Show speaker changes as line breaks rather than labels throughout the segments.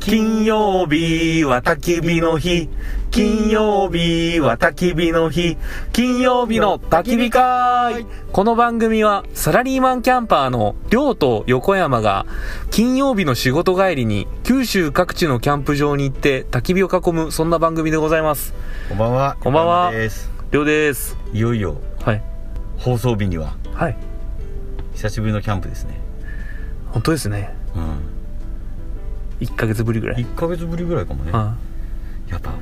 金曜日は焚き火の日。金曜日は焚き火の日。金曜日の焚き火会。この番組はサラリーマンキャンパーの亮と横山が金曜日の仕事帰りに九州各地のキャンプ場に行って焚き火を囲むそんな番組でございます。
こんばんは。
こんばんは
山です
亮です。
いよいよ
はい。
放送日には
はい。
久しぶりのキャンプですね。
本当ですね。
うん。
1ヶ月ぶりぐらい。
一ヶ月ぶりぐらいかもね。
あ
やっぱ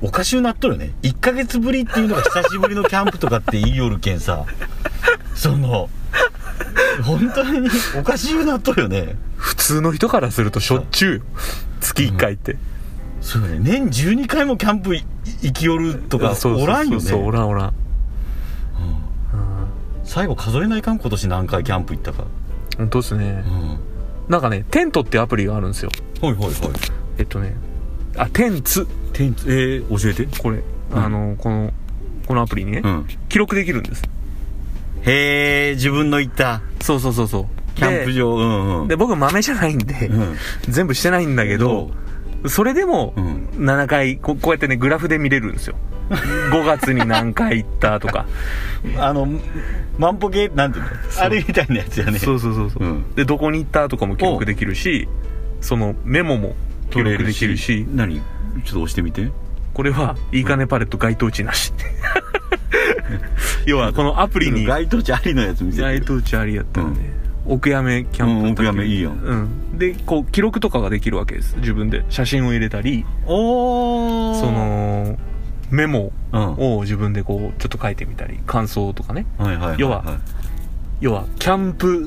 おかしゅうなっとるよね。一ヶ月ぶりっていうのが久しぶりのキャンプとかって言いよるけんさ。 その本当におかしゅうなっとるよね。
普通の人からするとしょっちゅう月1回って。
そうよね。年12回もキャンプい行きよるとか
そうそうそう
おらんよね。
そう、おらんおらん。うん
最後数えないかん今年何回キャンプ行ったか。
本当ですね
うん。。
なんかね、テントってアプリがあるんですよ。
はいはいはい。
えっとね、あ、テンツ。
天えー、教えて。
これ、
ん
あの、この、このアプリにね、
うん。
記録できるんです。
へえ、自分の行った。
そうそうそうそう。
キャンプ
で
場、うんうん。
で、僕豆じゃないんで、
うん。
全部してないんだけど、それでも、
うん
7回こ、こうやってね、グラフで見れるん ですよ。5月に何回行ったとか。
あの、万歩計、なんていうのあれみたいなやつや ね。
そうそうそうそう、
うん
で、どこに行ったとかも記録できるし、そのメモも記
取れ
録
る
できるし、
何ちょっと押してみて。
これは、いいかねパレット該当値なし。 要は、このアプリに
街頭地ありのやつ見せて
街
る。
頭地ありやったらね、奥やめキャンプだった
うん奥やめいいやん
うん、でこう記録とかができるわけです自分で写真を入れたり
おー。
そ、のメモ
うん。
を自分でこうちょっと書いてみたり感想とかね
はいはいいい。
要は要はキャンプう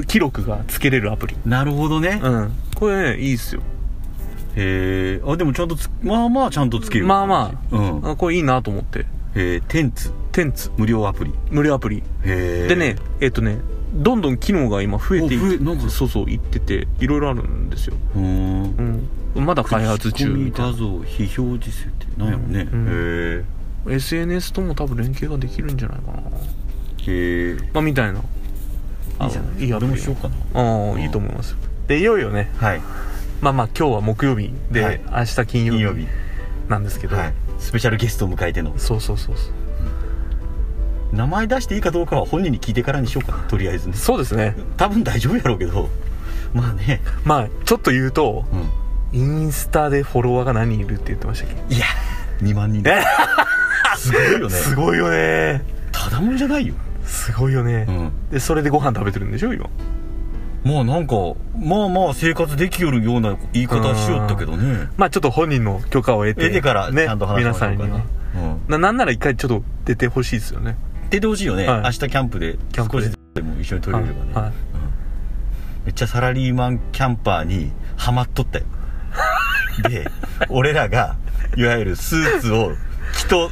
ー記録がつけれるアプリ
なるほどね。
うんこれねいいっすよ
へえ。あ、でもちゃんとつ、まあまあちゃんとつける。
まあま
あ。うん。
あこれいいなと思って
えー、テンツ、
テンツ
無料アプリ。
無料アプリ
へえ。
でね、えっとねどんどん機能が今増えてい
お増え
っ
なんか
そうそういってていろいろあるんですよ、
うーん
う。ん、まだ開発中
口コミ
みたいな
画像、非表示設定。なんやろね。
うん
へえ。
SNS とも多分連携ができるんじゃないかな
へえ。
まあみたいなあいいア
俺
プ
も
リ
しようかな。
ああいいと思いますよでいよいよね
はい。
まあまあ今日は木曜日で、
はい
明日金
金
曜
曜
日
日。
なんですけど、
はい。スペシャルゲストを迎えての。
そうそうそうそう
名前出していいかどうかは本人に聞いてからにしようかなとりあえずね
そうですね
多分大丈夫やろうけどまあね、
まあちょっと言うと
うん、
インスタでフォロワーが何人いるって言ってましたっ
いや2万人だ すごいよ
け
ね
すごいよね
ただもんじゃないよ、
すごいよね、
ん、
でそれでご飯食べてるんでしょ今
まあなんかまあまあ生活できよるような言い方しよったけどね
まあちょっと本人の許可を得て
出てからちゃんと話し
ね、
ま
皆
しょ
さ
うんか
に
な
ねななんなら一回ちょっと出てほしいですよね
うん出てほしいよね、
はい
明日キャンプで
キャンプ
少
で
しでも一緒に撮れればね、
はいはい
めっちゃサラリーマンキャンパーにハマっとったよで俺らがいわゆるスーツを着と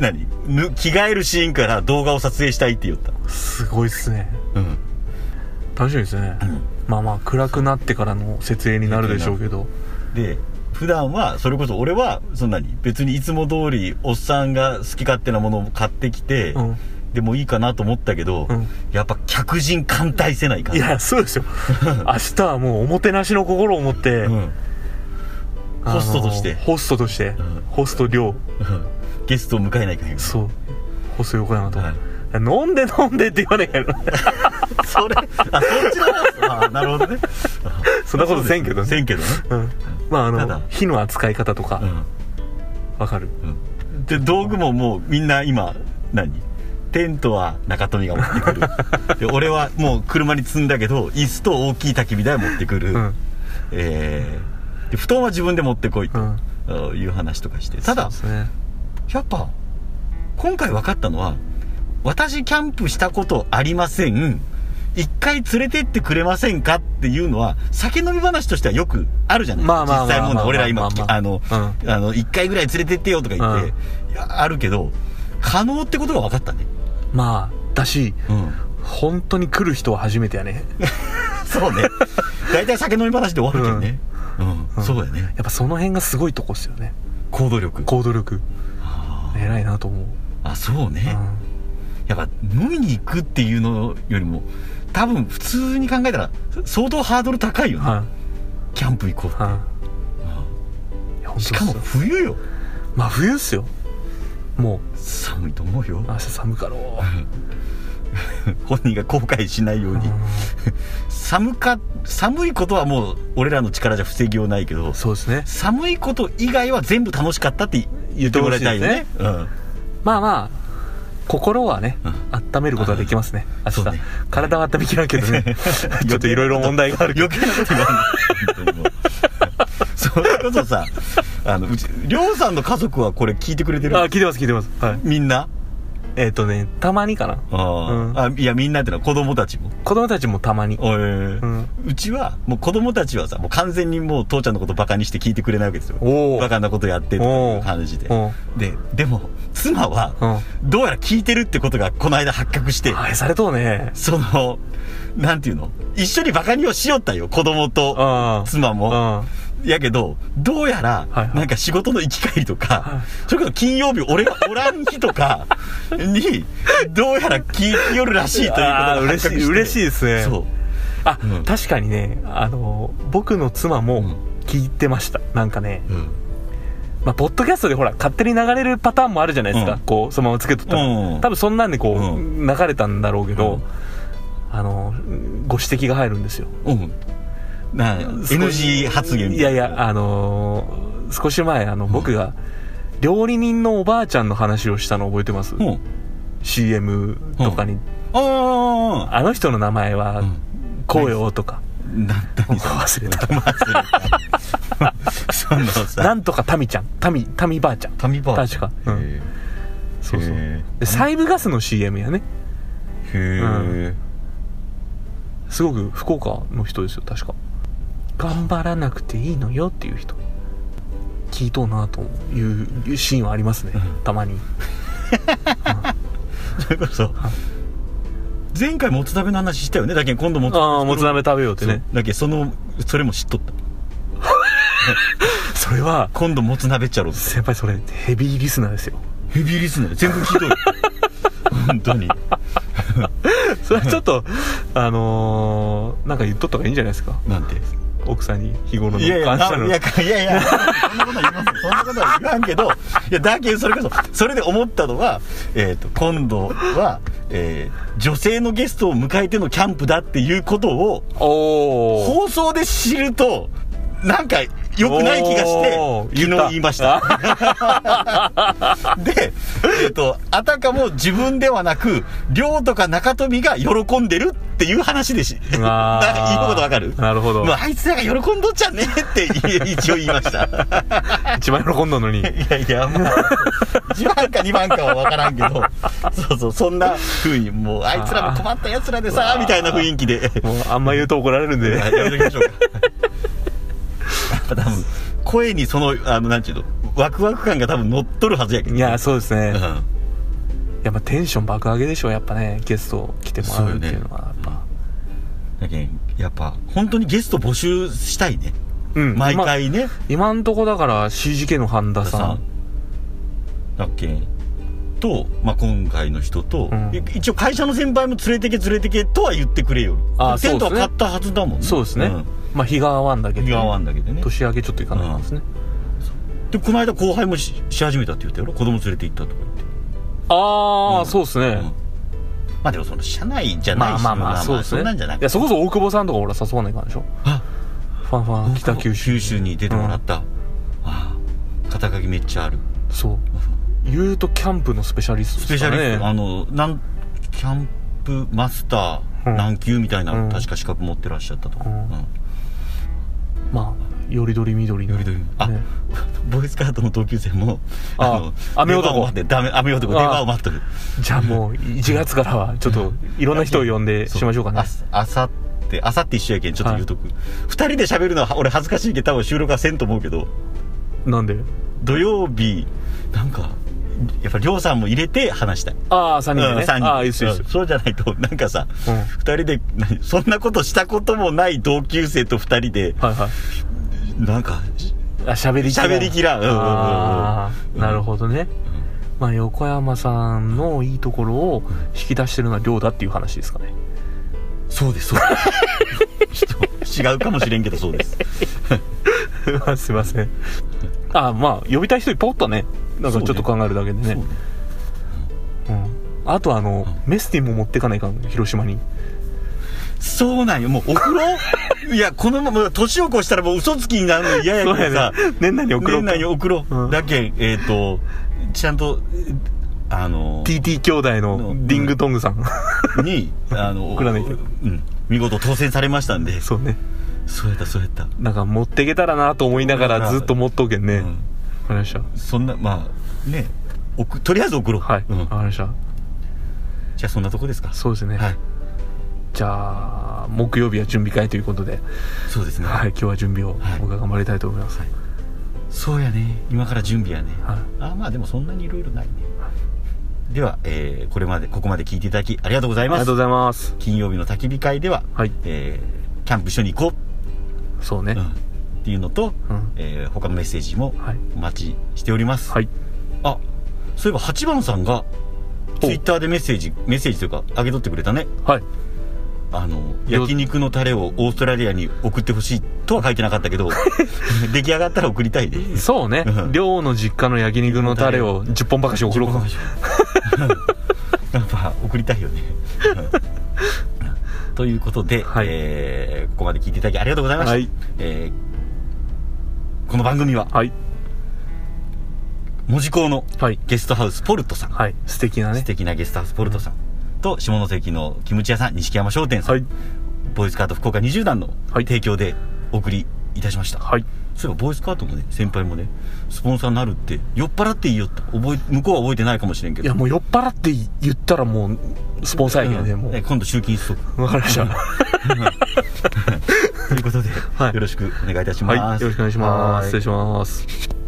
何ぬ着替えるシーンから動画を撮影したいって言った
すごいっすね
うん
楽しみですね、まあまあ暗くなってからの設営になるでしょうけど
で普段はそれこそ俺はそんなに別にいつも通りおっさんが好き勝手なものを買ってきて、
うん
でもいいかなと思ったけど、
うん
やっぱ客人歓待せないか
い
ら
やそうです よ明日はもうおもてなしの心を持って、
うん、
あの
ホストとして
ホストとして、
ん
ホスト寮
ゲストを迎えないかんよ
そうホスト横山と、
はい
飲んで飲んでって言わね えやろ
それあそっちの話 あなるほどね
そんなことせんけどね
せんけどね
うん、まああ
た
の
だ
火の扱い方とか
うん
わかる、
で道具ももうみんな今何テントは中富が持ってく るで俺はもう車に積んだけど椅子と大きい焚き火台持ってくる、
うん
えーで布団は自分で持ってこいと、
うん
いう話とかしてただ
そうですね
やっぱ今回分かったのは私キャンプしたことありません一回連れてってくれませんかっていうのは酒飲み話としてはよくあるじゃない
まあまあまあ
実際問題俺ら今
まあまあまあ
あのあの一回ぐらい連れてってよとか言って、いやあるけど可能ってことが分かったね
まあだし
うん
本当に来る人は初めてやね
そうね大体酒飲み話で終わるけどねうん、そうだよね
やっぱその辺がすごいとこっすよね
行動力
行動力
あ
偉いなと思う、
ーあそうね、
うん
やっぱ飲みに行くっていうのよりも多分普通に考えたら相当ハードル高いよね、
は
キャンプ行こうって、
はいいや本当
しかも
そう
冬よ
まあ冬っすよも
寒いと思うよ
う明日寒かろう
本人が後悔しないように、寒か寒いことはもう俺らの力じゃ防ぎようないけど
そうですね
寒いこと以外は全部楽しかったって言ってもらいたいよねうん
まあまあ心はね、温めることができますね明
そう
日、
ね
体は温めきらんけど ね ちょっといろいろ問題があるけど
余計なこと言わんで本当にもうそれこそさあのうちりょうさんの家族はこれ聞いてくれてる
あ聞いてます聞いてますはい
みんな
えっ、とねたまにかな
あー、
うん
あいやみんなってのは子供たちも
子供たちもたまに
おい、
ん
うちはもう子供たちはさもう完全にもう父ちゃんのことバカにして聞いてくれないわけですよ
おー
バカなことやってとかいう感じで
お
ででも妻はどうやら聞いてるってことがこの間発覚して
あれされとうね
そのなんていうの一緒にバカにをしよったよ子供と
あ
妻も
あ
やけどどうやら
はいはい
なんか仕事の行き帰りと
は
かそれこそ金曜日俺がおらん日 とかにどうやら聞いてよるらしいということ
あ
が
ー
発覚
嬉しい
して
嬉しいですね
そう
あ、
うん
確かにねあの僕の妻も
ん
聞いてました、なんかね、
うん
まあ、ポッドキャストでほら勝手に流れるパターンもあるじゃないですか、
うん
こうそのままつけとったら、
うん
多分そんなんでこう、
うん
流れたんだろうけど、
うん
あのご指摘が入るんですよ
うん。な
少し
NG 発言み
い
た
や
い
い
な
やあのー少し前あの僕が料理人のおばあちゃんの話をしたの覚えてます、
うん。
CM とかに、
ああ。
あの人の名前は
うん
こうよとか、
なんだに
忘れた
そのさ。
なんとかタミちゃんタミタミばあちゃん
紙バージョン
確かうん
へえ
そうそう
へえ
でサイブガスの CM やね
へえ。
すごく福岡の人ですよ確か頑張らなくていいのよっていう人聞いとうなというシーンはありますねたまに
それこそ。前回もつ鍋の話したよね。だけど今度もつ
ああもつ鍋食べようってね
そうだけどその、それも知っとった。
それは
今度もつ鍋っちゃろうって
先輩それヘビーリスナーですよ
ヘビーリスナーで全部聞いとる。 本当に。
それはちょっとあのー、なんか言っとった方がいいんじゃないですか
なんて。
奥さんに日頃の
いやいや、
感謝
あ
の
いや、いやいや、そんなことは言いません。そんなことは言わんけど、いや、だけど、それこそ、それで思ったのは、えっ、と、今度は、えー女性のゲストを迎えてのキャンプだっていうことを、
おお
放送で知ると、なんか、良くない気がして
おー、
昨
言った
日言いま した。で、えっ、と、あたかも自分ではなく、亮とか中富が喜んでるっていう話でし、なん
わー
か言うことわかる
なるほど
まあ、あいつらが喜んどっちゃねってい一応言いました。
一番喜んだの に
いやいや、まあ、1番か2番かは分からんけど、そうそう、そんな風に、もう、あいつらも困った奴らでさ、みたいな雰囲気で。
もうあんま言うと怒られるんで
はいやめときましょうか。やっぱ 多分、声にその、あの、なんちゅうの、ワクワク感が多分乗っとるはずやけど。
いやそうですね、
うん。
やっぱテンション爆上げでしょやっぱねゲスト来てもらうっていうのはやっぱ
だけんやっぱ、本当にゲスト募集したいね。
うん
毎回ね。
今んとこだから CGK の半田さん
だっけと、まあ、今回の人と、
うん
い一応会社の先輩も連れてけ連れてけとは言ってくれよ
あー
テントは
そうです
買っ
ね
たはずだもんね
そうですね、
ん
まあ日が合わんだけど
気が合わんだけどね
年明けちょっといかないですね、
でこの間後輩もしし始めたって言ったよ子供連れて行ったとか言って、
ああ、
うん
そうですね、
うんまあでもその社内じゃな
ま
い
あ
し
まあまあ、そうですね。
んなんじゃない
いや、そこそ大久保さんとか俺は誘わないからでしょ。
あ
ファンファン、北九州。
九州に出てもらった、ああ肩書きめっちゃある
そう。言うとキャンプのスペシャリスト
ス
です
ペシャ
か
リ
らね。
スト、あのなんキャンプマスタ
う
ー
ん
何級みたいな、
うん
確か資格持ってらっしゃったとか、
うん
うん
まあ、よりどりみどりの。
よりどりあ、
ね
ボーイスカートの同級生も
あ雨男
出番を待ってダメ雨男
あ
出番を待っとる
じゃあもう、1月からは、ちょっと、いろんな人を呼んでしましょうかね。
そうああさってあさって一緒やけんちょっと言うとく、二人で喋るのは俺恥ずかしいけど多分収録はせんと思うけど
なんで
土曜日なんかやっぱり亮さんも入れて話したい
ああ、3人で
うん
ね。
三人
ああ、いいっすよ、いいっす
う
よ
ん。そうじゃないとなんかさ、
う
二
ん
人で何そんなことしたこともない同級生と二人で
はいはい。
なんか
あ、喋りきらん
喋りきらんうんうんうんうん
ああ、なるほどね。まあ、横山さんのいいところを引き出してるのは量だっていう話ですか ね。
そうですそうですちょっと違うかもしれんけどそうです
あすいませんあまあ呼びたい人いっぱいおったねなんかちょっと考えるだけでね
そうね
うん、あとあの、
う
メスティンも持ってかないかん広島に
そうなんよもうお風呂いやこのまま年を越したらもう嘘つきになるの嫌や
そう
から
や
さ
ね年内に送ろう
年
か
内に送ろう、
うん
だけんえっ、とちゃんとえーあの
TT 兄弟
う
の
ん
ディングトングさん、
にあの
送らないと
うん見事当選されましたん で
そうね
そうやったそうやった、
なんか持っていけたらなと思いながらずっと持っとけんね、
う
わ
ん
かりました
そんなまあね送とりあえず送ろう、
はい、
うん
わかりました
じゃあそんなとこですか
そうですね、
はい
じゃあ木曜日は準備会ということで、
そうですね、
はい、今日は準備を
はい
僕は頑張りたいと思います、
そうやね今から準備やね、
はい
あまあでもそんなにいろいろないね、では、えーこれまでここまで聞いていただきありがとうござい
あり
ま
が
す
とうございます
金曜日の焚き火会では、
はい
えーキャンプ一緒に行こ
そうね、
う、うんっていうのと、
うん
えー他のメッセージも
はい
お待ちしております、
はい
あそういえば8番さんが
お
ツイッターでメッセージメッセージというか上げとってくれたね
はい
あの
よ
焼肉のタレをオーストラリアに送ってほしいとは書いてなかった けど出来上がったら送りたいで
そうね
うん
寮の実家の焼肉のタレを10本ばかし送ろうか
やっぱ送りたいよね ということで、
はい
えーここまで聞いていただきありがとうございました、
はい
えーこの番組は
はい
門司港の
はい
ゲストハウスポルトさん、
はい素敵な
素
ね
敵なゲストハウスポルトさんと下関のキムチ屋さん錦山商店さん、
はい
ボーイスカート福岡20段の
はい
提供でお送りいたしました、
はい
そういえばボーイスカートもね先輩もねスポンサーになるって酔っ払っていいよって覚え向こうは覚えてないかもしれんけ
い
ど
やもう酔っ払って言ったらもうスポンサーやけどね
うん
もう
え今度集金 しとく
わかりましたは
ということで、
はい
よろしくお願いいたし
い
ます、
よろしくお願いします
は
失礼します